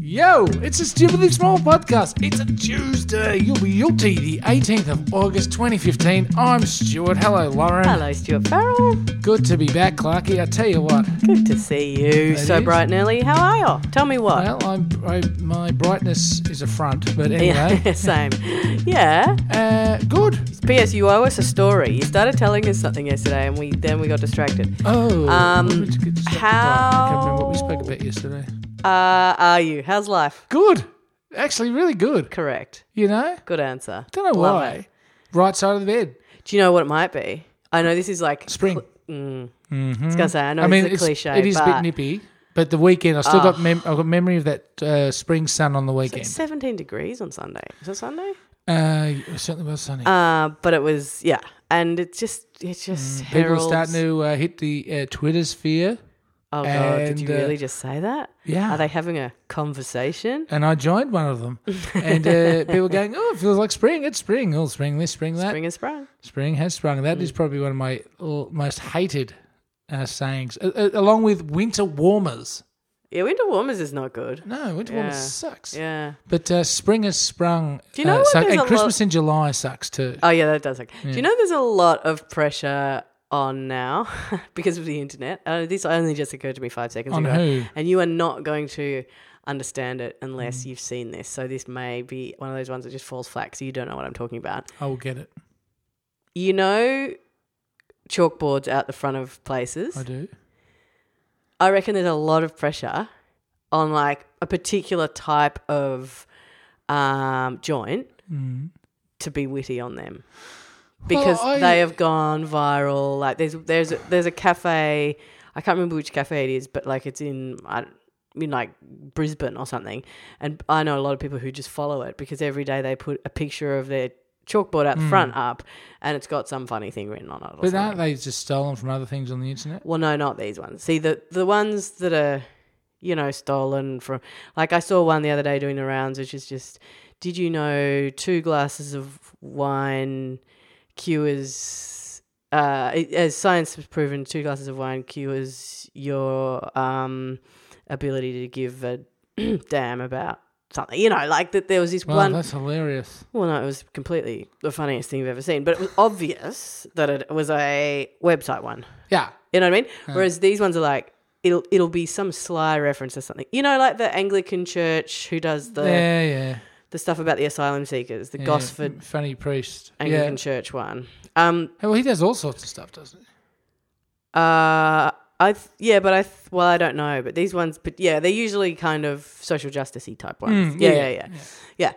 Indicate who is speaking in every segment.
Speaker 1: Yo, it's a stupidly small podcast. It's a Tuesday, Yubi Yulti, the 18th of August 2015. I'm Stuart. Hello, Lauren.
Speaker 2: Hello, Stuart Farrell.
Speaker 1: Good to be back, Clarky. I tell you what.
Speaker 2: Good to see you.
Speaker 1: It
Speaker 2: so
Speaker 1: is.
Speaker 2: bright and early. How are you? Tell me what.
Speaker 1: Well, I'm, I, my brightness is a front, but anyway.
Speaker 2: yeah, same. Yeah.
Speaker 1: uh, good.
Speaker 2: P.S. You owe us a story. You started telling us something yesterday, and we then we got distracted.
Speaker 1: Oh,
Speaker 2: Um,
Speaker 1: what did we get distracted by? I can't remember what we spoke
Speaker 2: how-
Speaker 1: about yesterday.
Speaker 2: Uh, are you? How's life?
Speaker 1: Good. Actually, really good.
Speaker 2: Correct.
Speaker 1: You know?
Speaker 2: Good answer.
Speaker 1: Don't know
Speaker 2: Love
Speaker 1: why. Right side of the bed.
Speaker 2: it. Do you know what it might be? I know this is like
Speaker 1: Spring.
Speaker 2: cl- mm.
Speaker 1: Mm-hmm.
Speaker 2: I was gonna say I know it's a cliche.
Speaker 1: it is a
Speaker 2: but
Speaker 1: bit nippy, but the weekend I still got mem- I got memory of that uh, spring sun on the
Speaker 2: It's
Speaker 1: weekend.
Speaker 2: 17 degrees on Sunday. Is it Sunday?
Speaker 1: Uh, it certainly was sunny.
Speaker 2: Uh, but it was yeah, and it's just it's just
Speaker 1: Mm, People are
Speaker 2: heralds.
Speaker 1: starting to uh, hit the uh, Twitter sphere.
Speaker 2: Oh god, did
Speaker 1: And,
Speaker 2: you
Speaker 1: uh,
Speaker 2: really just say that?
Speaker 1: Yeah.
Speaker 2: Are they having a conversation?
Speaker 1: And I joined one of them, and uh, people going, "Oh, it feels like spring. It's spring. Oh, spring this, spring that. Spring,
Speaker 2: Spring Mm. is sprung.
Speaker 1: has sprung." That is probably one of my l- most hated uh, sayings, uh, uh, along with winter warmers.
Speaker 2: Yeah, winter warmers is not good.
Speaker 1: No, winter
Speaker 2: Yeah.
Speaker 1: warmers sucks.
Speaker 2: Yeah.
Speaker 1: But uh, spring has sprung.
Speaker 2: Do you know
Speaker 1: uh,
Speaker 2: what?
Speaker 1: suck-
Speaker 2: There's
Speaker 1: and
Speaker 2: a lot-
Speaker 1: Christmas in July sucks too.
Speaker 2: Oh yeah, that does suck. Do you know there's a lot of pressure on now because of the internet? Uh, this only just occurred to me five seconds
Speaker 1: On
Speaker 2: ago.
Speaker 1: who?
Speaker 2: And you are not going to understand it
Speaker 1: Mm.
Speaker 2: unless you've seen this. So this may be one of those ones that just falls flat so you don't know what I'm talking about.
Speaker 1: I will get it.
Speaker 2: You know chalkboards out the front of places?
Speaker 1: I do.
Speaker 2: I reckon there's a lot of pressure on like a particular type of um, joint to be witty on them because
Speaker 1: Mm. I-
Speaker 2: they have gone viral. Like there's there's a, there's a cafe I can't remember which cafe it is, but like it's in I in like Brisbane or something, and I know a lot of people who just follow it because every day they put a picture of their chalkboard out the front up, and it's got some funny thing written on it. Or
Speaker 1: Mm. But
Speaker 2: something.
Speaker 1: aren't they just stolen from other things on the internet?
Speaker 2: Well, no, not these ones. See, the the ones that are, you know, stolen from. Like I saw one the other day doing the rounds, which is just, did you know two glasses of wine cures? Uh, it- as science has proven, two glasses of wine cures your um ability to give a damn about something. You know, like that. There was this
Speaker 1: Well,
Speaker 2: one.
Speaker 1: that's hilarious.
Speaker 2: Well, no, it was completely the funniest thing you've ever seen, but it was obvious that it was a website one.
Speaker 1: Yeah.
Speaker 2: You know what I mean? Whereas these ones are like it'll it'll be some sly reference or something. You know, like the Anglican Church who does the
Speaker 1: yeah, yeah.
Speaker 2: the stuff about the asylum seekers, the
Speaker 1: yeah.
Speaker 2: Gosford
Speaker 1: Funny priest.
Speaker 2: Anglican
Speaker 1: yeah.
Speaker 2: Church one. Um,
Speaker 1: Hey, well, he does all sorts of stuff, doesn't he?
Speaker 2: uh, I th- yeah, but I th- well I don't know, but these ones, but yeah, they're usually kind of social justicey type ones.
Speaker 1: Mm,
Speaker 2: yeah,
Speaker 1: yeah,
Speaker 2: yeah, yeah, yeah.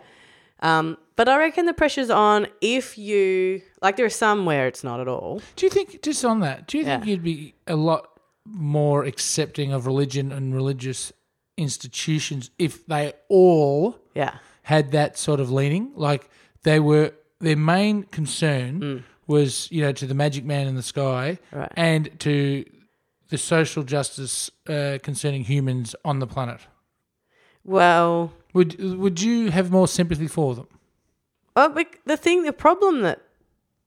Speaker 2: Um, but I reckon the pressure's on if you like. There are some where it's not at all.
Speaker 1: Do you think, just on that, do you think
Speaker 2: Yeah.
Speaker 1: you'd be a lot more accepting of religion and religious institutions if they all
Speaker 2: Yeah,
Speaker 1: had that sort of leaning? Like, they were, their main concern
Speaker 2: Mm.
Speaker 1: was, you know, to the magic man in the sky
Speaker 2: Right.
Speaker 1: and to the social justice uh, concerning humans on the planet.
Speaker 2: well,
Speaker 1: Would would you have more sympathy for them?
Speaker 2: Well, bec- the thing, the problem that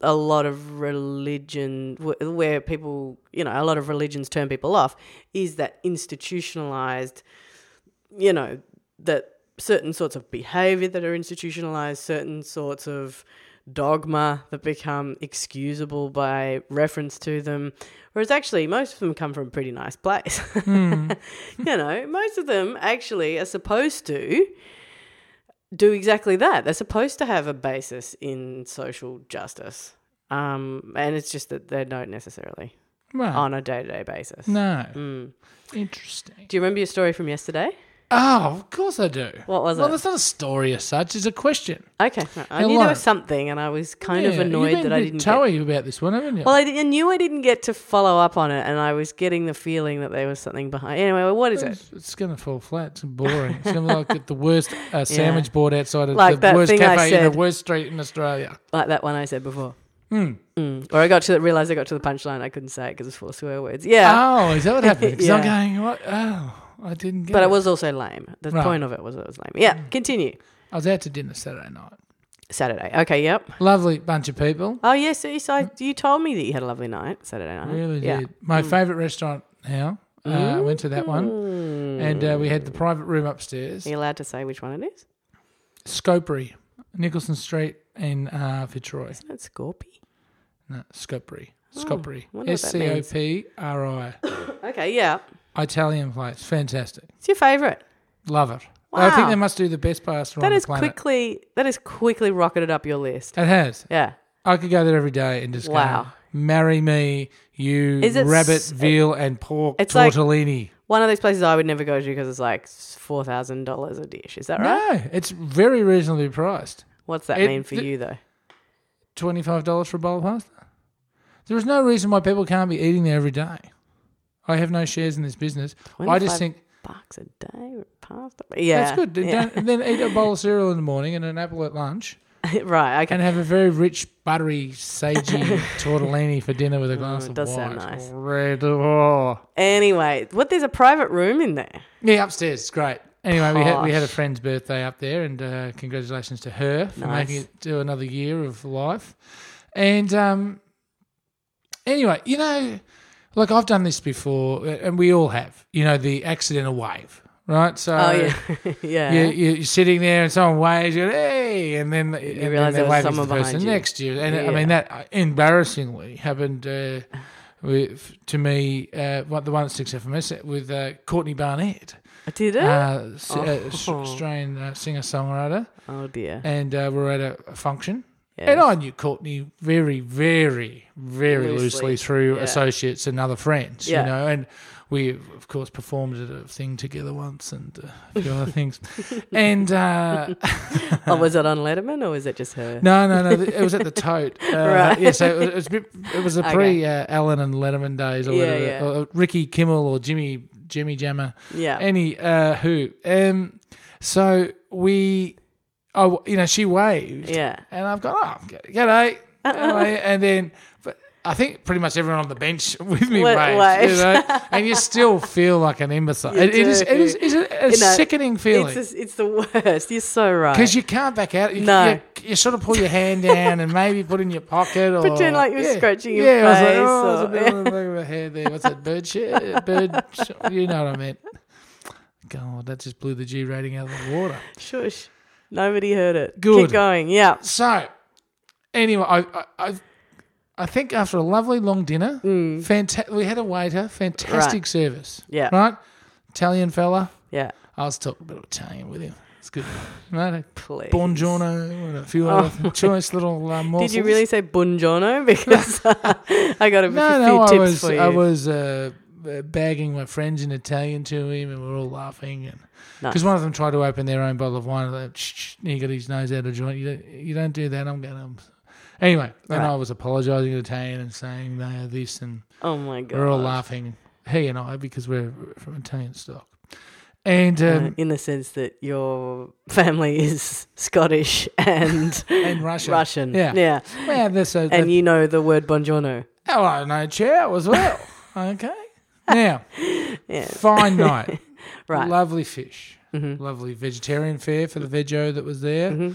Speaker 2: a lot of religion, wh- where people, you know, a lot of religions turn people off, is that institutionalized, you know, that certain sorts of behavior that are institutionalized, certain sorts of dogma that become excusable by reference to them. Whereas actually, most of them come from a pretty nice place. you know, most of them actually are supposed to do exactly that. They're supposed to have a basis in social justice. Um, and it's just that they don't necessarily
Speaker 1: Well,
Speaker 2: on a day to day basis.
Speaker 1: Ah. no.
Speaker 2: Hmm.
Speaker 1: Interesting.
Speaker 2: Do you remember your story from yesterday?
Speaker 1: Oh, of course I do.
Speaker 2: What was
Speaker 1: well,
Speaker 2: it?
Speaker 1: that's not a story as such. It's a question.
Speaker 2: Okay.
Speaker 1: Now,
Speaker 2: I knew
Speaker 1: Lauren-
Speaker 2: there was something, and I was kind
Speaker 1: Yeah,
Speaker 2: of
Speaker 1: you've
Speaker 2: annoyed
Speaker 1: been
Speaker 2: that I
Speaker 1: a bit
Speaker 2: didn't. Get,
Speaker 1: Toey about this one, haven't you?
Speaker 2: well, I, di- I knew I didn't get to follow up on it, and I was getting the feeling that there was something behind. Anyway, what is it?
Speaker 1: it's, it's going to fall flat. It's boring. It's going to be like the worst uh, sandwich board outside of
Speaker 2: Like
Speaker 1: the
Speaker 2: that
Speaker 1: worst
Speaker 2: thing I
Speaker 1: cafe in the
Speaker 2: said.
Speaker 1: worst street in Australia. Hmm.
Speaker 2: Like that one I said before. Mm. Or I got to realize I got to the punchline. I couldn't say it because it's full of swear words. Yeah.
Speaker 1: Oh, is that what happened? Because I'm
Speaker 2: Yeah.
Speaker 1: going, what? Oh, I didn't get
Speaker 2: but
Speaker 1: it.
Speaker 2: it was also lame. The
Speaker 1: Right. Mm.
Speaker 2: point of it was it was lame. Yeah. Continue.
Speaker 1: I was out to dinner Saturday night.
Speaker 2: Saturday. Okay. Yep.
Speaker 1: Lovely bunch of people.
Speaker 2: Oh yes, yes, I, you told me that you had a lovely night Saturday night.
Speaker 1: Hmm. Really
Speaker 2: Uh-huh. yeah. Mm.
Speaker 1: did. My favourite restaurant now Uh, went to that one,
Speaker 2: Mm.
Speaker 1: and uh, we had the private room upstairs.
Speaker 2: Hmm. Are you allowed to say which one it is?
Speaker 1: Scopery, Nicholson Street in uh, Fitzroy.
Speaker 2: Isn't it Scorpy?
Speaker 1: No, Scopery. Scopery.
Speaker 2: Oh, wonder what
Speaker 1: S
Speaker 2: that
Speaker 1: C O
Speaker 2: means.
Speaker 1: P R I.
Speaker 2: Okay, yeah.
Speaker 1: Italian place. Fantastic.
Speaker 2: It's your favourite.
Speaker 1: Love it. I think
Speaker 2: Wow.
Speaker 1: they must do the best pasta
Speaker 2: That
Speaker 1: on
Speaker 2: is
Speaker 1: the planet.
Speaker 2: quickly that is quickly rocketed up your list.
Speaker 1: It has.
Speaker 2: Yeah.
Speaker 1: I could go there every day and just go,
Speaker 2: Wow.
Speaker 1: marry me, you
Speaker 2: Is it
Speaker 1: rabbit,
Speaker 2: s-
Speaker 1: veal, and pork
Speaker 2: it's like-
Speaker 1: tortellini.
Speaker 2: One of those places I would never go to because it's like four thousand dollars a dish. Is that right?
Speaker 1: No, it's very reasonably priced.
Speaker 2: What's that
Speaker 1: It-
Speaker 2: mean for
Speaker 1: th-
Speaker 2: you though?
Speaker 1: $25 for a bowl of pasta. There is no reason why people can't be eating there every day. I have no shares in this business. I just
Speaker 2: 25
Speaker 1: think
Speaker 2: Bucks a day with pasta. Yeah,
Speaker 1: that's good.
Speaker 2: Yeah.
Speaker 1: Don't- then eat a bowl of cereal in the morning and an apple at lunch.
Speaker 2: right. Okay.
Speaker 1: and have a very rich, buttery, sagey tortellini for dinner with a glass
Speaker 2: it
Speaker 1: of
Speaker 2: Mm, does
Speaker 1: wine.
Speaker 2: sound nice.
Speaker 1: Red- oh.
Speaker 2: Anyway, what? There's a private room in there.
Speaker 1: Yeah, upstairs. It's great. Anyway, we had, we had a friend's birthday up there, and uh, congratulations to her for
Speaker 2: Nice.
Speaker 1: making it to another year of life. And um, anyway, you know, look, I've done this before, and we all have, you know, the accidental wave, right? So
Speaker 2: Oh yeah, yeah.
Speaker 1: you, you- you're sitting there and someone waves, you hey, and then and then
Speaker 2: realise
Speaker 1: they
Speaker 2: there was
Speaker 1: wave at
Speaker 2: someone
Speaker 1: the person
Speaker 2: behind you.
Speaker 1: next to you. And I
Speaker 2: Yeah.
Speaker 1: mean, that uh, embarrassingly happened uh, with, to me, uh, what- the one that sticks out for me is with uh, Courtney Barnett,
Speaker 2: Did it?
Speaker 1: uh, s- uh, s-
Speaker 2: Oh.
Speaker 1: Australian uh, singer songwriter,
Speaker 2: oh dear.
Speaker 1: and uh, we were at a, a function.
Speaker 2: Yes.
Speaker 1: And I knew Courtney very, very, very loosely,
Speaker 2: Loosely.
Speaker 1: through
Speaker 2: Yeah.
Speaker 1: associates and other friends,
Speaker 2: Yeah.
Speaker 1: you know. And we, of course, performed at a thing together once and uh, a few other things. And uh,
Speaker 2: oh, was it on Letterman or was it just her?
Speaker 1: no, no, no, th- it was at the tote. Uh,
Speaker 2: Right.
Speaker 1: Yeah, so it was, a bit- it was a
Speaker 2: Okay.
Speaker 1: pre uh, Allen and Letterman days or
Speaker 2: Yeah,
Speaker 1: whatever,
Speaker 2: yeah.
Speaker 1: or Ricky Kimmel or Jimmy, Jimmy Jammer
Speaker 2: Yeah.
Speaker 1: any uh, who. Um, so we, I, w- you know, she waved.
Speaker 2: Yeah.
Speaker 1: And I've gone, oh, g- g'day. Anyway, and then, but I think pretty much everyone on the bench with me
Speaker 2: Wa-
Speaker 1: waved,
Speaker 2: waved.
Speaker 1: you know, and you still feel like an imbecile.
Speaker 2: You
Speaker 1: It- it is,
Speaker 2: do.
Speaker 1: it is, it's a, a
Speaker 2: You know,
Speaker 1: sickening
Speaker 2: it's
Speaker 1: feeling.
Speaker 2: just, it's the worst. You're so right.
Speaker 1: Because you can't back out. You,
Speaker 2: Uh, No.
Speaker 1: you, you sort of pull your hand down and maybe put it in your pocket or
Speaker 2: Pretend like you're scratching your
Speaker 1: yeah, I was like,
Speaker 2: face
Speaker 1: oh, there's a
Speaker 2: or-
Speaker 1: bit of a bit of a hair there. What's that bird shit? Bird, sh- you know what I meant. God, that just blew the G rating out of the water.
Speaker 2: Shush. Nobody heard it.
Speaker 1: Good.
Speaker 2: Keep going. Yeah.
Speaker 1: So, anyway, I, I, I've, I think after a lovely long dinner, fanta- we had a waiter, fantastic
Speaker 2: Mm. Right.
Speaker 1: service.
Speaker 2: Yeah.
Speaker 1: Right? Italian fella.
Speaker 2: Yeah.
Speaker 1: I was talking a bit of Italian with him. It's good. Right?
Speaker 2: Please.
Speaker 1: Buongiorno and a few other choice little uh, morsels.
Speaker 2: Oh Did you really say buongiorno? Because uh, I got a
Speaker 1: No,
Speaker 2: few
Speaker 1: no, I
Speaker 2: tips
Speaker 1: was,
Speaker 2: for you.
Speaker 1: I was uh, uh, bagging my friends in Italian to him, and we were all laughing. And because
Speaker 2: Nice.
Speaker 1: one of them tried to open their own bottle of wine, and they, "Shh, shh," and he got his nose out of joint. You don't, you don't do that. I'm going to. Anyway, and
Speaker 2: Right.
Speaker 1: I was apologising in Italian and saying they are this, and
Speaker 2: oh my god.
Speaker 1: we're all laughing. He and I because we're from Italian stock, and
Speaker 2: Uh,
Speaker 1: um,
Speaker 2: in the sense that your family is Scottish and
Speaker 1: and Russia,
Speaker 2: Russian.
Speaker 1: yeah, yeah.
Speaker 2: Yeah.
Speaker 1: this, uh,
Speaker 2: And you know the word buongiorno.
Speaker 1: Oh, I know chow as well. okay. Now, fine night.
Speaker 2: Right. Mm-hmm.
Speaker 1: Lovely fish. Lovely vegetarian fare for the veggie that was there.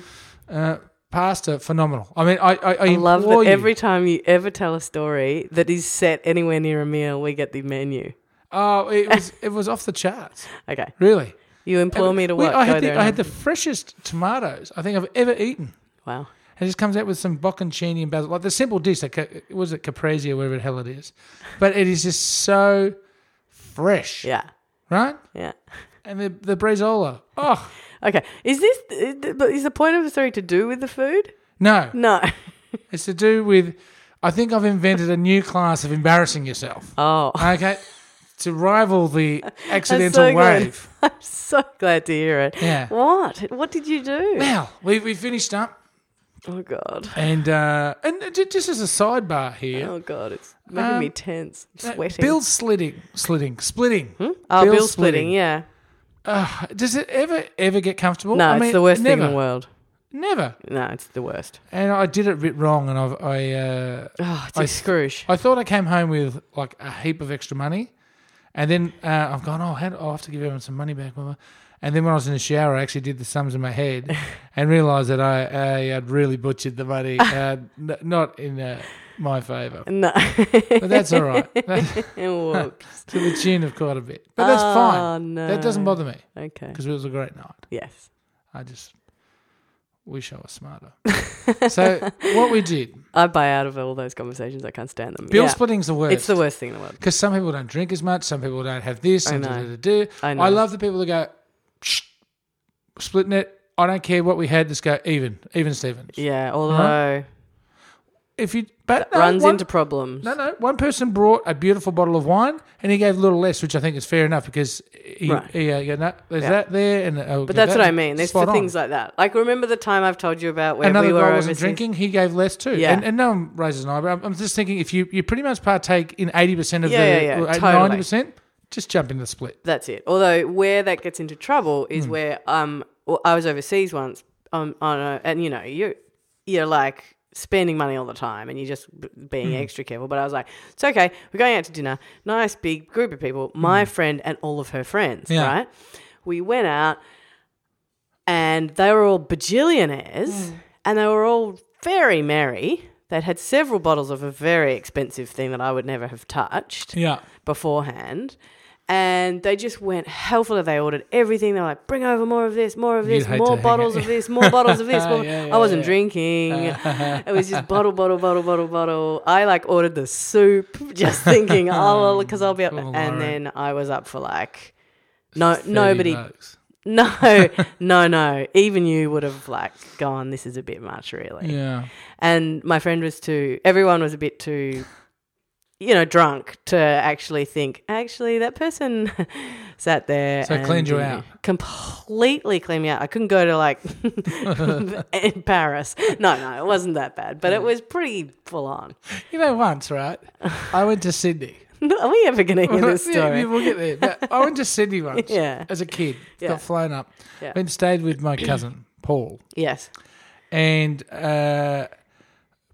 Speaker 1: Uh, pasta, phenomenal. I mean, I, I, I,
Speaker 2: Mm-hmm. I love
Speaker 1: implore
Speaker 2: that
Speaker 1: you-
Speaker 2: every time you ever tell a story that is set anywhere near a meal, we get the menu.
Speaker 1: Oh, it was it was off the charts.
Speaker 2: Okay.
Speaker 1: Really.
Speaker 2: You implore me to
Speaker 1: We-
Speaker 2: what?
Speaker 1: I,
Speaker 2: Go
Speaker 1: had
Speaker 2: there
Speaker 1: the, I
Speaker 2: and-
Speaker 1: had the freshest tomatoes I think I've ever eaten.
Speaker 2: Wow.
Speaker 1: It just comes out with some bocconcini and basil, like the simple dish. Like ca- was it caprese or whatever the hell it is, but it is just so fresh,
Speaker 2: Yeah.
Speaker 1: right?
Speaker 2: Yeah.
Speaker 1: And the the brezola, oh
Speaker 2: Okay. Is this but is the point of the story to do with the food?
Speaker 1: no,
Speaker 2: No.
Speaker 1: It's to do with, I think I've invented a new class of embarrassing yourself.
Speaker 2: Oh,
Speaker 1: Okay, to rival the accidental
Speaker 2: so good.
Speaker 1: wave.
Speaker 2: I'm so glad to hear it.
Speaker 1: Yeah.
Speaker 2: What? What did you do?
Speaker 1: Now we we finished up,
Speaker 2: Oh God.
Speaker 1: and uh, and ju- just as a sidebar here,
Speaker 2: Oh God. It's making
Speaker 1: Um,
Speaker 2: me tense. I'm
Speaker 1: uh,
Speaker 2: Oh, sweating.
Speaker 1: bill slitting, slitting, splitting.
Speaker 2: oh,
Speaker 1: bill
Speaker 2: bill, splitting.
Speaker 1: splitting.
Speaker 2: Yeah.
Speaker 1: Ugh, does it ever ever get comfortable?
Speaker 2: No,
Speaker 1: I
Speaker 2: it's
Speaker 1: mean,
Speaker 2: the worst
Speaker 1: never,
Speaker 2: thing in the world.
Speaker 1: Never.
Speaker 2: No, it's the worst.
Speaker 1: And I did it a bit wrong, and I've, I uh,
Speaker 2: Oh, it's
Speaker 1: I-
Speaker 2: a scrooge.
Speaker 1: I thought I came home with like a heap of extra money, and then uh, I've gone, oh, how do, I'll have to give everyone some money back. mama." And then when I was in the shower, I actually did the sums in my head and realised that I, I had really butchered the money, uh, n- not in a my favour.
Speaker 2: No.
Speaker 1: But that's all right.
Speaker 2: Whoops.
Speaker 1: to the tune of quite a bit. But that's
Speaker 2: Oh,
Speaker 1: fine.
Speaker 2: no.
Speaker 1: That doesn't bother me
Speaker 2: Okay.
Speaker 1: because it was a great night.
Speaker 2: Yes.
Speaker 1: I just wish I was smarter. so what we did,
Speaker 2: I buy out of all those conversations. I can't stand them.
Speaker 1: bill
Speaker 2: Yeah.
Speaker 1: splitting's the worst.
Speaker 2: It's the worst thing in the world.
Speaker 1: Because some people don't drink as much, some people don't have this,
Speaker 2: I
Speaker 1: and
Speaker 2: know.
Speaker 1: da-da-da-da.
Speaker 2: I know.
Speaker 1: I love the people that go, Shh, splitting it. I don't care what we had. Let's go even, even Stevens.
Speaker 2: Yeah, although
Speaker 1: If you, but
Speaker 2: that
Speaker 1: no,
Speaker 2: runs
Speaker 1: one,
Speaker 2: into problems.
Speaker 1: No, no. One person brought a beautiful bottle of wine, and he gave a little less, which I think is fair enough because he,
Speaker 2: Right.
Speaker 1: he, uh, you know, there's
Speaker 2: Yeah.
Speaker 1: that there, and uh,
Speaker 2: But that's what I mean. It's for things like that. Like remember the time I've told you about where
Speaker 1: Another
Speaker 2: we were
Speaker 1: guy
Speaker 2: overseas?
Speaker 1: wasn't drinking; he gave less too.
Speaker 2: Yeah.
Speaker 1: and, and no one raises an eyebrow. I'm, I'm just thinking if you you pretty much partake in eighty percent of
Speaker 2: Yeah, yeah,
Speaker 1: the
Speaker 2: yeah,
Speaker 1: or eight-
Speaker 2: totally.
Speaker 1: 90 percent, just jump in the split.
Speaker 2: That's it. Although where that gets into trouble is where um well, I was overseas once um on a, and you know you you're like spending money all the time and you're just b- being extra careful. But I was like, it's okay. We're going out to dinner. Nice big group of people. My friend and all of her friends.
Speaker 1: Yeah.
Speaker 2: Right. We went out and they were all bajillionaires and they were all very merry. They'd had several bottles of a very expensive thing that I would never have touched
Speaker 1: Yeah,
Speaker 2: beforehand. And they just went hell for leather. They ordered everything. They were like, bring over more of this, more of this,
Speaker 1: hate to
Speaker 2: more
Speaker 1: hang
Speaker 2: bottles
Speaker 1: out-
Speaker 2: of this, more bottles of this. more-
Speaker 1: Yeah, yeah,
Speaker 2: I wasn't
Speaker 1: yeah.
Speaker 2: drinking. it was just bottle, bottle, bottle, bottle, bottle. I like ordered the soup, just thinking, oh, because I'll be up.
Speaker 1: Poor Lauren.
Speaker 2: and then I was up for like, no, nobody,
Speaker 1: 30 bucks.
Speaker 2: no, no, no. Even you would have like gone, this is a bit much, really
Speaker 1: Yeah,
Speaker 2: and my friend was too everyone was a bit too you know drunk to actually think actually that person sat there
Speaker 1: So it
Speaker 2: and
Speaker 1: cleaned you
Speaker 2: didn't-
Speaker 1: out.
Speaker 2: completely cleaned me out i couldn't go to like in paris no no it wasn't that bad but it was pretty full on
Speaker 1: you know, once right, I went to Sydney.
Speaker 2: are we ever going to hear this
Speaker 1: Yeah,
Speaker 2: story
Speaker 1: yeah, we'll get there. But I went to Sydney once
Speaker 2: Yeah.
Speaker 1: as a kid.
Speaker 2: Yeah.
Speaker 1: Got flown up.
Speaker 2: Yeah.
Speaker 1: Went and stayed with my cousin, Paul.
Speaker 2: yes
Speaker 1: And uh,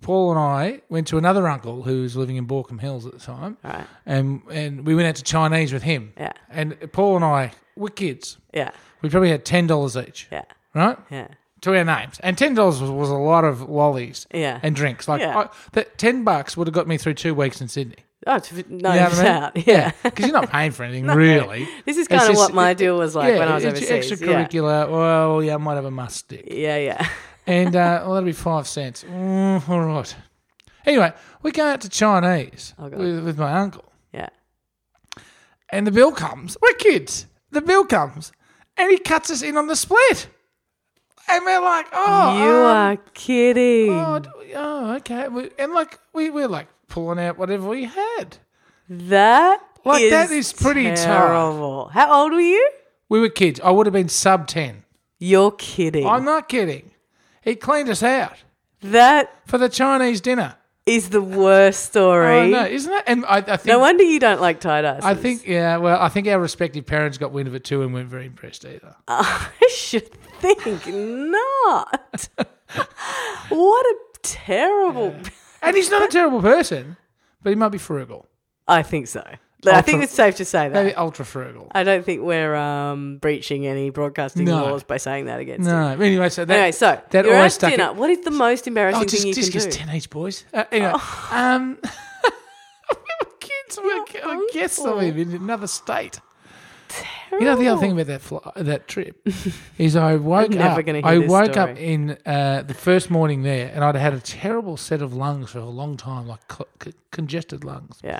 Speaker 1: Paul and I went to another uncle who was living in Borkham Hills at the time.
Speaker 2: all right
Speaker 1: And, and we went out to Chinese with him.
Speaker 2: yeah
Speaker 1: And Paul and I were kids.
Speaker 2: yeah
Speaker 1: We probably had $10 each,
Speaker 2: yeah
Speaker 1: right?
Speaker 2: yeah
Speaker 1: To our names. And $10 was, was a lot of lollies
Speaker 2: yeah
Speaker 1: and drinks. Like,
Speaker 2: Yeah.
Speaker 1: I, that 10 bucks would have got me through two weeks in Sydney.
Speaker 2: oh, it's, no
Speaker 1: You know what I mean?
Speaker 2: doubt yeah
Speaker 1: Because you're not paying for anything, really.
Speaker 2: this is
Speaker 1: It's
Speaker 2: kind of
Speaker 1: just-
Speaker 2: what my deal was like when i was
Speaker 1: it's
Speaker 2: overseas yeah
Speaker 1: Extracurricular. Well, yeah, I might have a must stick.
Speaker 2: yeah yeah
Speaker 1: And, uh, well, that'll be five cents. Mm, all right. Anyway, we go out to Chinese
Speaker 2: Oh, God.
Speaker 1: with, with my uncle.
Speaker 2: yeah
Speaker 1: And the bill comes. We're kids. The bill comes. And he cuts us in on the split. And we're like, oh.
Speaker 2: you
Speaker 1: um,
Speaker 2: are kidding.
Speaker 1: Oh, d- oh, okay. We- And, like, we were, like, pulling out whatever we had.
Speaker 2: That
Speaker 1: Like, that is pretty tough.
Speaker 2: terrible. How old were you?
Speaker 1: We were kids. I would have been sub 10.
Speaker 2: You're kidding.
Speaker 1: I'm not kidding. He cleaned us out
Speaker 2: that
Speaker 1: for the Chinese dinner.
Speaker 2: is the worst
Speaker 1: I
Speaker 2: story.
Speaker 1: know, isn't that? And I, I think
Speaker 2: no wonder you don't like tie dyes.
Speaker 1: Oh, I think yeah. Well, I think our respective parents got wind of it too and weren't very impressed either.
Speaker 2: I should think not. what a terrible.
Speaker 1: And he's not a terrible person, but he might be frugal,
Speaker 2: I think so. I think
Speaker 1: Ultra-
Speaker 2: it's safe to say that.
Speaker 1: maybe ultra frugal.
Speaker 2: I don't think we're um, breaching any broadcasting
Speaker 1: No.
Speaker 2: laws by saying that against him.
Speaker 1: No, anyway. So that
Speaker 2: Anyway, so
Speaker 1: that
Speaker 2: you're
Speaker 1: always
Speaker 2: at
Speaker 1: stuck. in-
Speaker 2: dinner. What is the most embarrassing
Speaker 1: Oh, just
Speaker 2: thing you
Speaker 1: just,
Speaker 2: can
Speaker 1: just
Speaker 2: do? Oh.
Speaker 1: teenage boys. Uh, anyway, um, we were kids. We were, ki- I guess I mean, in another state. You know the other thing about that fly, that trip is I woke
Speaker 2: never
Speaker 1: up.
Speaker 2: gonna hear
Speaker 1: I
Speaker 2: this
Speaker 1: woke up
Speaker 2: story.
Speaker 1: in uh, the first morning there, and I'd had a terrible set of lungs for a long time, like co- co- congested lungs.
Speaker 2: Yeah,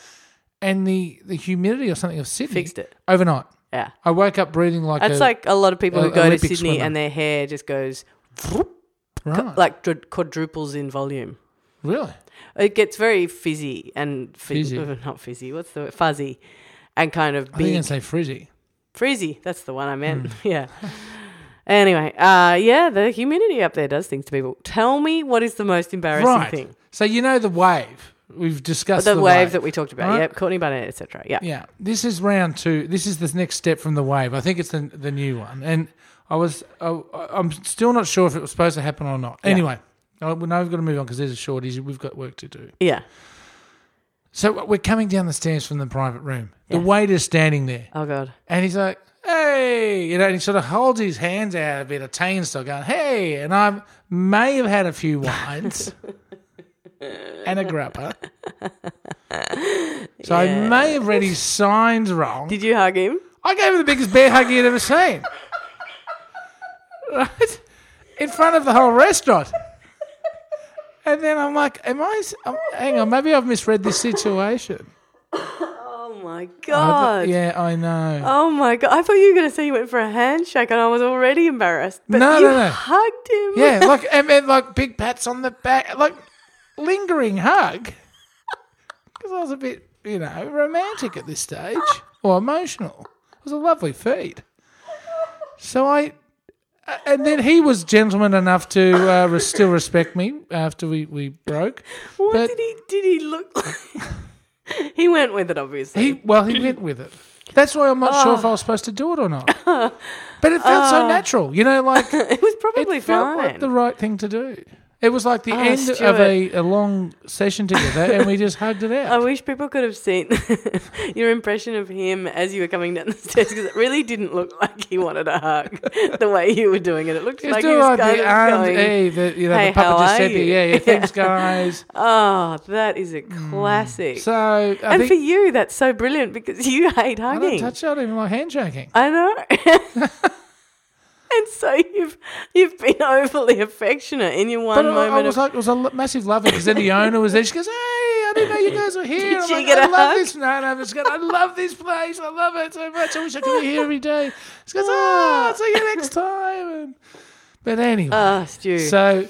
Speaker 1: and the, the humidity or something of Sydney
Speaker 2: Fixed it.
Speaker 1: overnight.
Speaker 2: yeah.
Speaker 1: I woke up breathing like
Speaker 2: That's
Speaker 1: a,
Speaker 2: like a lot of people
Speaker 1: a-
Speaker 2: who go
Speaker 1: Olympic
Speaker 2: to Sydney
Speaker 1: swimmer.
Speaker 2: and their hair just goes vroom,
Speaker 1: right,
Speaker 2: like dr- quadruples in volume.
Speaker 1: really
Speaker 2: It gets very fizzy and fizzy,
Speaker 1: Fizzy.
Speaker 2: not fizzy. What's the word? fuzzy, and kind
Speaker 1: I
Speaker 2: of
Speaker 1: think Hmm. you
Speaker 2: big,
Speaker 1: can say frizzy.
Speaker 2: frizzy. That's the one I meant. yeah. Anyway, uh, yeah, the humidity up there does things to people. Tell me what is the most embarrassing
Speaker 1: Right.
Speaker 2: thing?
Speaker 1: So you know the wave we've discussed
Speaker 2: the,
Speaker 1: the
Speaker 2: wave, that we talked about.
Speaker 1: right?
Speaker 2: Yeah, Courtney Barnett, etc. Yeah.
Speaker 1: Yeah, this is round two. This is the next step from the wave. I think it's the the new one, and I was I, I'm still not sure if it was supposed to happen or not. Anyway, I, well, now we've got to move on because there's a shortage. We've got work to do.
Speaker 2: yeah.
Speaker 1: So uh, we're coming down the stairs from the private room. The
Speaker 2: Yeah.
Speaker 1: waiter's standing there.
Speaker 2: Oh God.
Speaker 1: And he's like, hey, you know, and he sort of holds his hands out a bit of tain still going, hey, and I may have had a few wines. and a grappa. So I may have read his signs wrong.
Speaker 2: Did you hug him?
Speaker 1: I gave him the biggest bear hug he had ever seen. right? In front of the whole restaurant. And then I'm like, am I, s- um, hang on, maybe I've misread this situation.
Speaker 2: Oh my
Speaker 1: I
Speaker 2: god.
Speaker 1: th- yeah, I know.
Speaker 2: Oh my god. I thought you were going to say you went for a handshake and I was already embarrassed. But
Speaker 1: No,
Speaker 2: you
Speaker 1: no, no.
Speaker 2: hugged him.
Speaker 1: Yeah, like, and then like big pats on the back, like lingering hug. Because I was a bit, you know, romantic at this stage or emotional. It was a lovely feed. So I, a- and then he was gentleman enough to uh, re- still respect me after we, we broke.
Speaker 2: What
Speaker 1: But-
Speaker 2: did he did he look like? he went with it obviously.
Speaker 1: He well, he went with it. That's why I'm not sure if I was
Speaker 2: Oh.
Speaker 1: supposed to do it or not. But it felt so natural, you know, like
Speaker 2: it was probably
Speaker 1: it felt
Speaker 2: fine. Oh,
Speaker 1: like the right thing to do. It was like the end
Speaker 2: Stuart.
Speaker 1: of a, a long session together, and we just hugged it
Speaker 2: I
Speaker 1: out.
Speaker 2: wish people could have seen your impression of him as you were coming down the stairs because it really didn't look like he wanted a hug the way you were doing it. It looked
Speaker 1: Just
Speaker 2: like he
Speaker 1: do
Speaker 2: was
Speaker 1: like
Speaker 2: kind
Speaker 1: the
Speaker 2: of
Speaker 1: arms,
Speaker 2: going,
Speaker 1: hey, the, you know,
Speaker 2: "Hey,
Speaker 1: the puppet
Speaker 2: how
Speaker 1: just
Speaker 2: are
Speaker 1: said, to you,
Speaker 2: you?"
Speaker 1: yeah, yeah, thanks, guys.
Speaker 2: "Oh, that is a classic."
Speaker 1: Mm. So I
Speaker 2: and for
Speaker 1: think
Speaker 2: you, that's so brilliant because you hate
Speaker 1: I don't
Speaker 2: hugging.
Speaker 1: touch, I don't even like handshaking.
Speaker 2: I know. and so you've you've been overly affectionate in your one
Speaker 1: But I,
Speaker 2: moment.
Speaker 1: I was
Speaker 2: of,
Speaker 1: like, it was a lo- massive love because then the owner was there. She goes, "Hey, I didn't know you guys were here." I'm
Speaker 2: you
Speaker 1: like,
Speaker 2: get
Speaker 1: "I
Speaker 2: a
Speaker 1: love
Speaker 2: hug?"
Speaker 1: this." No, no, it's good. I love this place. I love it so much. I wish I could be here every day. She goes, "Oh, I'll see you next time." And, but anyway,
Speaker 2: Ah, Stu,
Speaker 1: so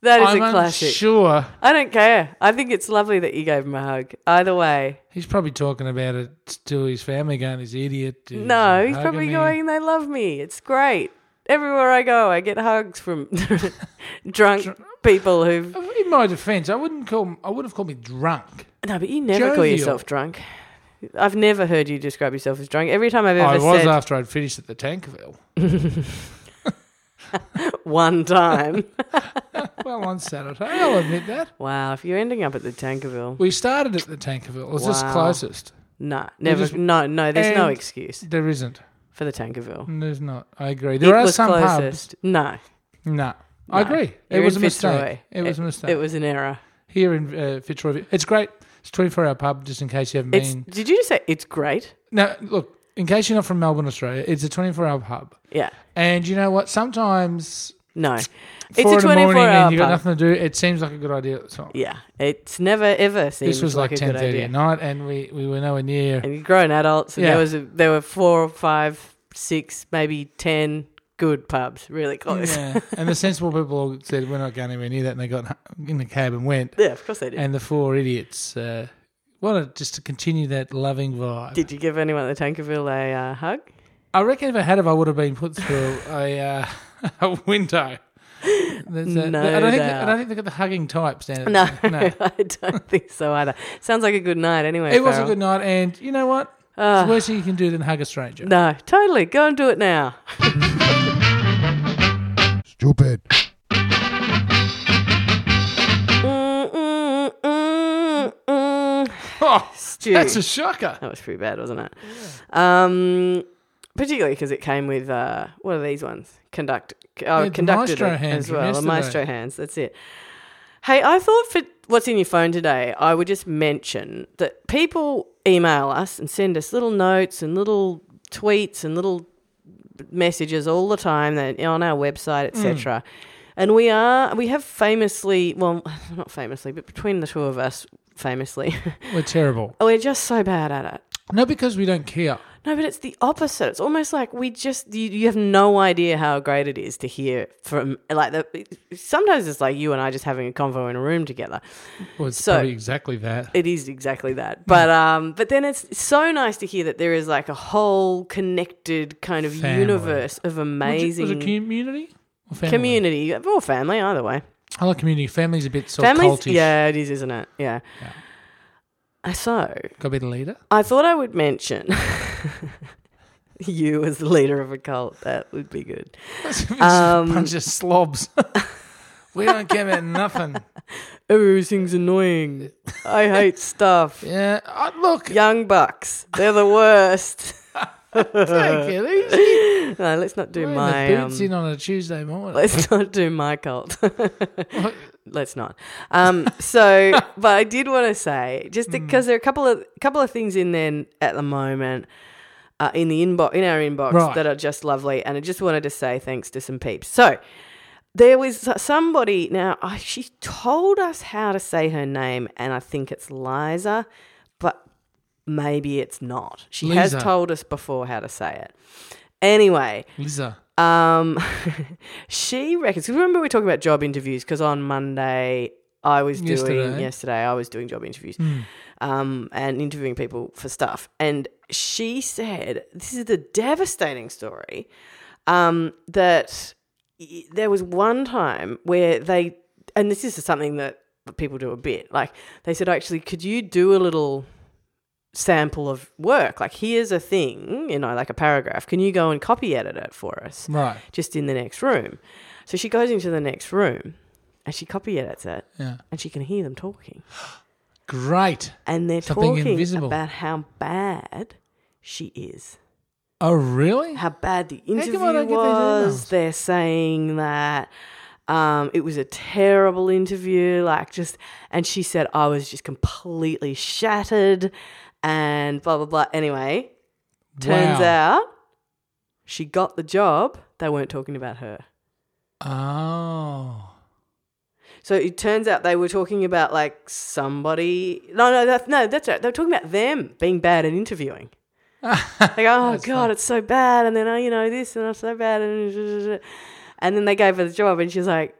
Speaker 2: that is a
Speaker 1: I'm
Speaker 2: classic.
Speaker 1: unsure.
Speaker 2: I don't care. I think it's lovely that you gave him a hug. Either way.
Speaker 1: He's probably talking about it to his family, going, "He's an idiot." he's
Speaker 2: No, he's
Speaker 1: hugging
Speaker 2: probably
Speaker 1: me."
Speaker 2: going, they love me. It's great. Everywhere I go, I get hugs from drunk people who've.
Speaker 1: In my defence, I wouldn't call. I would have called me drunk.
Speaker 2: No, but you never call
Speaker 1: Jovial.
Speaker 2: yourself drunk. I've never heard you describe yourself as drunk. Every time I've
Speaker 1: I
Speaker 2: ever
Speaker 1: was
Speaker 2: said
Speaker 1: after I'd finished at the Tankerville.
Speaker 2: one time.
Speaker 1: well, on Saturday, I'll admit that.
Speaker 2: wow, if you're ending up at the Tankerville.
Speaker 1: We started at the Tankerville. It was just
Speaker 2: Wow.
Speaker 1: closest.
Speaker 2: No, never.
Speaker 1: just-
Speaker 2: no, no, there's no
Speaker 1: and-
Speaker 2: excuse
Speaker 1: There isn't.
Speaker 2: for the Tankerville.
Speaker 1: There's not. I agree. There
Speaker 2: it
Speaker 1: are
Speaker 2: was
Speaker 1: some pubs.
Speaker 2: closest. No,
Speaker 1: No. I
Speaker 2: No.
Speaker 1: agree. It
Speaker 2: You're
Speaker 1: was, a
Speaker 2: in Fitzroy.
Speaker 1: mistake. It was a mistake.
Speaker 2: it was an error.
Speaker 1: Here in uh, Fitzroy. It's great. It's 24 hour pub, just in case you haven't
Speaker 2: It's,
Speaker 1: been.
Speaker 2: did you just say it's great?
Speaker 1: Now, look, in case you're not from Melbourne, Australia, it's a 24 hour pub.
Speaker 2: Yeah.
Speaker 1: And you know what? Sometimes
Speaker 2: No.
Speaker 1: four
Speaker 2: it's a
Speaker 1: in the
Speaker 2: 24
Speaker 1: morning
Speaker 2: hour
Speaker 1: and you've got
Speaker 2: pub.
Speaker 1: nothing to do, it seems like a good idea at the time.
Speaker 2: Yeah, it's never ever seems
Speaker 1: This was
Speaker 2: like,
Speaker 1: like,
Speaker 2: a good
Speaker 1: 10.30
Speaker 2: idea.
Speaker 1: at night and we, we were nowhere near.
Speaker 2: And you're grown adults, and
Speaker 1: Yeah.
Speaker 2: there was a, there were four, five, six, maybe ten good pubs really close. Yeah,
Speaker 1: Yeah. and the sensible people all said, we're not going anywhere near that. And they got in the cab and went.
Speaker 2: of course they did.
Speaker 1: and the four idiots uh, wanted just to continue that loving vibe.
Speaker 2: did you give anyone at the Tankerville a uh, hug?
Speaker 1: I reckon if I had, if I would have been put through a, uh, a window. There's a-
Speaker 2: No
Speaker 1: I don't think
Speaker 2: doubt.
Speaker 1: I don't think they've got the hugging types down. at-
Speaker 2: No, I don't think so either. Sounds like a good night anyway.
Speaker 1: it was a
Speaker 2: Farrell.
Speaker 1: good night, and you know what? it's
Speaker 2: Ah.
Speaker 1: the worst thing you can do than hug a stranger.
Speaker 2: No, totally. Go and do it now.
Speaker 3: Stupid.
Speaker 2: Mm, mm, mm, mm.
Speaker 1: Oh,
Speaker 2: Stu.
Speaker 1: that's a shocker.
Speaker 2: That was pretty bad, wasn't it? Um, particularly because it came with uh, what are these ones? Conduct. Oh,
Speaker 1: Yeah, the
Speaker 2: conducted
Speaker 1: maestro
Speaker 2: it
Speaker 1: hands
Speaker 2: as
Speaker 1: from
Speaker 2: well. The
Speaker 1: yesterday.
Speaker 2: maestro hands. That's it. Hey, I thought for what's in your phone today, I would just mention that people email us and send us little notes and little tweets and little messages all the time that on our website,
Speaker 1: Hmm.
Speaker 2: etc. And we are we have famously, well, not famously, but between the two of us, famously,
Speaker 1: We're terrible.
Speaker 2: we're just so bad at it.
Speaker 1: No, because we don't care.
Speaker 2: No, but it's the opposite. It's almost like we just you, you have no idea how great it is to hear from like the sometimes it's like you and I just having a convo in a room together.
Speaker 1: Well, it's
Speaker 2: So-
Speaker 1: probably exactly that.
Speaker 2: It is exactly
Speaker 1: Hmm.
Speaker 2: that. But um but then it's so nice to hear that there is like a whole connected kind of
Speaker 1: Family.
Speaker 2: universe of
Speaker 1: Was it,
Speaker 2: amazing
Speaker 1: was it community? Or family?
Speaker 2: community or family either way.
Speaker 1: I like community. Family's a bit sort of
Speaker 2: Families
Speaker 1: cultish.
Speaker 2: Yeah, it is, isn't it? Yeah.
Speaker 1: Yeah.
Speaker 2: Uh, So,
Speaker 1: Got to be the leader.
Speaker 2: I thought I would mention you as the leader of a cult. That would be good. Um,
Speaker 1: a bunch of slobs. we don't care about nothing.
Speaker 2: Everything's annoying. I hate stuff.
Speaker 1: Yeah, uh, look,
Speaker 2: Young bucks. They're the worst.
Speaker 1: take it easy.
Speaker 2: no, let's not do
Speaker 1: Wearing
Speaker 2: my
Speaker 1: the boots
Speaker 2: um,
Speaker 1: in on a Tuesday morning.
Speaker 2: let's not do my cult.
Speaker 1: Look,
Speaker 2: let's not. Um, so, but I did want to say just
Speaker 1: Hmm.
Speaker 2: because there are a couple of couple of things in there at the moment uh, in the inbox in our inbox
Speaker 1: Right.
Speaker 2: that are just lovely, and I just wanted to say thanks to some peeps. So. There was somebody now. I she told us how to say her name, and I think it's Liza, but maybe it's not. She
Speaker 1: Liza.
Speaker 2: has told us before how to say it. Anyway,
Speaker 1: Liza.
Speaker 2: um, she reckons. 'cause Remember, we were talking about job interviews because on Monday I was doing
Speaker 1: Yesterday.
Speaker 2: yesterday I was doing job interviews, um, and interviewing people for stuff. And she said, "This is the devastating story." Um, that y- there was one time where they, and this is something that people do a bit. Like they said, actually, could you do a little sample of work? Like here's a thing, you know, like a paragraph. Can you go and copy edit it for us?
Speaker 1: Right.
Speaker 2: just in the next room. So she goes into the next room and she copy edits it
Speaker 1: Yeah.
Speaker 2: and she can hear them talking.
Speaker 1: Great.
Speaker 2: And they're
Speaker 1: Something
Speaker 2: talking
Speaker 1: invisible.
Speaker 2: about how bad she is,
Speaker 1: Oh, really?
Speaker 2: how bad the
Speaker 1: I
Speaker 2: interview
Speaker 1: don't get these
Speaker 2: was.
Speaker 1: emails?
Speaker 2: They're saying that um, it was a terrible interview, like just, and she said, I was just completely shattered and blah, blah, blah. Anyway, turns
Speaker 1: Wow.
Speaker 2: out she got the job. They weren't talking about her.
Speaker 1: Oh.
Speaker 2: So it turns out they were talking about like somebody. No, no, that's no, that's right. They were talking about them being bad at interviewing. Like, oh god, it's so bad, and then oh, you know this, and I'm so bad, and and then they gave her the job, and she's like,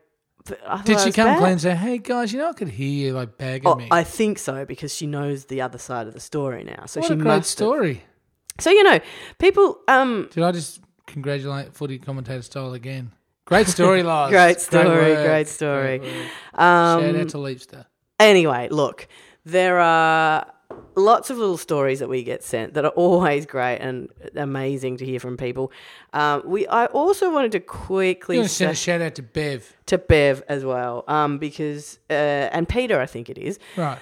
Speaker 2: but I thought
Speaker 1: Did
Speaker 2: I
Speaker 1: she
Speaker 2: was
Speaker 1: come
Speaker 2: bad.
Speaker 1: clean and say, hey, guys, you know, I could hear you like bagging
Speaker 2: Oh,
Speaker 1: me?
Speaker 2: I think so because she knows the other side of the story now. So
Speaker 1: what
Speaker 2: she
Speaker 1: a great
Speaker 2: must have-
Speaker 1: story.
Speaker 2: So you know, people. Um,
Speaker 1: Did I just congratulate footy commentator style again? Great story, Lars.
Speaker 2: Great story,
Speaker 1: work,
Speaker 2: great story.
Speaker 1: work.
Speaker 2: um,
Speaker 1: Shout out to Leapster.
Speaker 2: Anyway, look, there are lots of little stories that we get sent that are always great and amazing to hear from people. Um, we I also wanted to
Speaker 1: You
Speaker 2: quickly
Speaker 1: want to send
Speaker 2: say
Speaker 1: a shout out to Bev.
Speaker 2: to Bev as well, um, because uh, and Peter, I think it is.
Speaker 1: Right.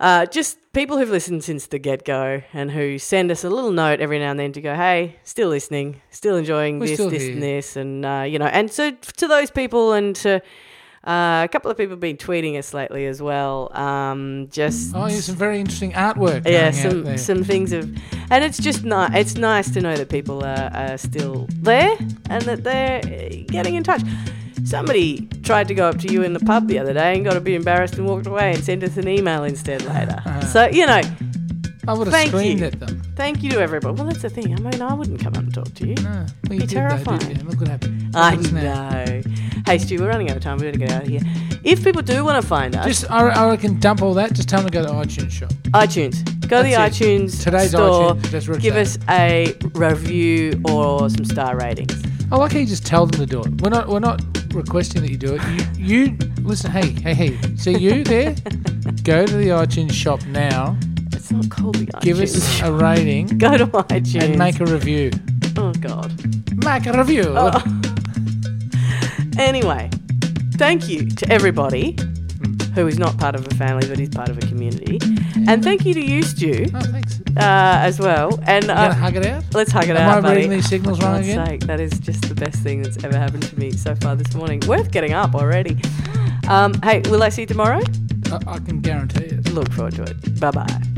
Speaker 2: Uh, just people who've listened since the get go and who send us a little note every now and then to go, hey, still listening, still enjoying
Speaker 1: We're
Speaker 2: this,
Speaker 1: still
Speaker 2: this,
Speaker 1: here."
Speaker 2: and this. And, uh, you know, and so to those people and to uh, a couple of people have been tweeting us lately as well. Um, just.
Speaker 1: Oh, yeah, some very interesting artwork.
Speaker 2: yeah,
Speaker 1: going out
Speaker 2: some
Speaker 1: there.
Speaker 2: some things have, and it's just nice. It's nice to know that people are, are still there and that they're uh, getting in touch. Somebody tried to go up to you in the pub the other day and got a bit embarrassed and walked away and sent us an email instead later.
Speaker 1: Uh-huh.
Speaker 2: So you know,
Speaker 1: I would have
Speaker 2: Thank
Speaker 1: screamed
Speaker 2: you.
Speaker 1: at them.
Speaker 2: thank you to everybody. Well, that's the thing. I mean, I wouldn't come up and talk to you.
Speaker 1: No, well, you did,
Speaker 2: terrifying.
Speaker 1: Though, didn't you? Look what happened. Look
Speaker 2: I
Speaker 1: at us now.
Speaker 2: know. Hey, Stu, we're running out of time. We better get out of here. If people do want to find us,
Speaker 1: Just, I, I reckon, dump all that. Just tell them to go to iTunes shop.
Speaker 2: iTunes. Go to the
Speaker 1: That's it.
Speaker 2: iTunes
Speaker 1: Today's
Speaker 2: store.
Speaker 1: iTunes. That's what it
Speaker 2: give
Speaker 1: says.
Speaker 2: us a review or some star ratings.
Speaker 1: I like how Oh, you just tell them to do it. We're not, we're not requesting that you do it. You, you listen. Hey, hey, hey. See you there. go to the iTunes shop now.
Speaker 2: It's not called the iTunes.
Speaker 1: Give us a rating
Speaker 2: Go to iTunes.
Speaker 1: and make a review.
Speaker 2: oh God.
Speaker 1: Make a review.
Speaker 2: Oh. anyway, thank you to everybody
Speaker 1: Mm.
Speaker 2: who is not part of a family but is part of a community, and thank you to you, Stu,
Speaker 1: No, Oh, thanks.
Speaker 2: uh, as well. And
Speaker 1: You gonna
Speaker 2: uh,
Speaker 1: hug it out?
Speaker 2: let's hug it
Speaker 1: Am
Speaker 2: out,
Speaker 1: I
Speaker 2: buddy.
Speaker 1: reading these signals
Speaker 2: For
Speaker 1: wrong
Speaker 2: God's
Speaker 1: again?
Speaker 2: sake, that is just the best thing that's ever happened to me so far this morning. Worth getting up already. Um, hey, will I see you tomorrow?
Speaker 1: I, I can guarantee it.
Speaker 2: Look forward to it. Bye bye.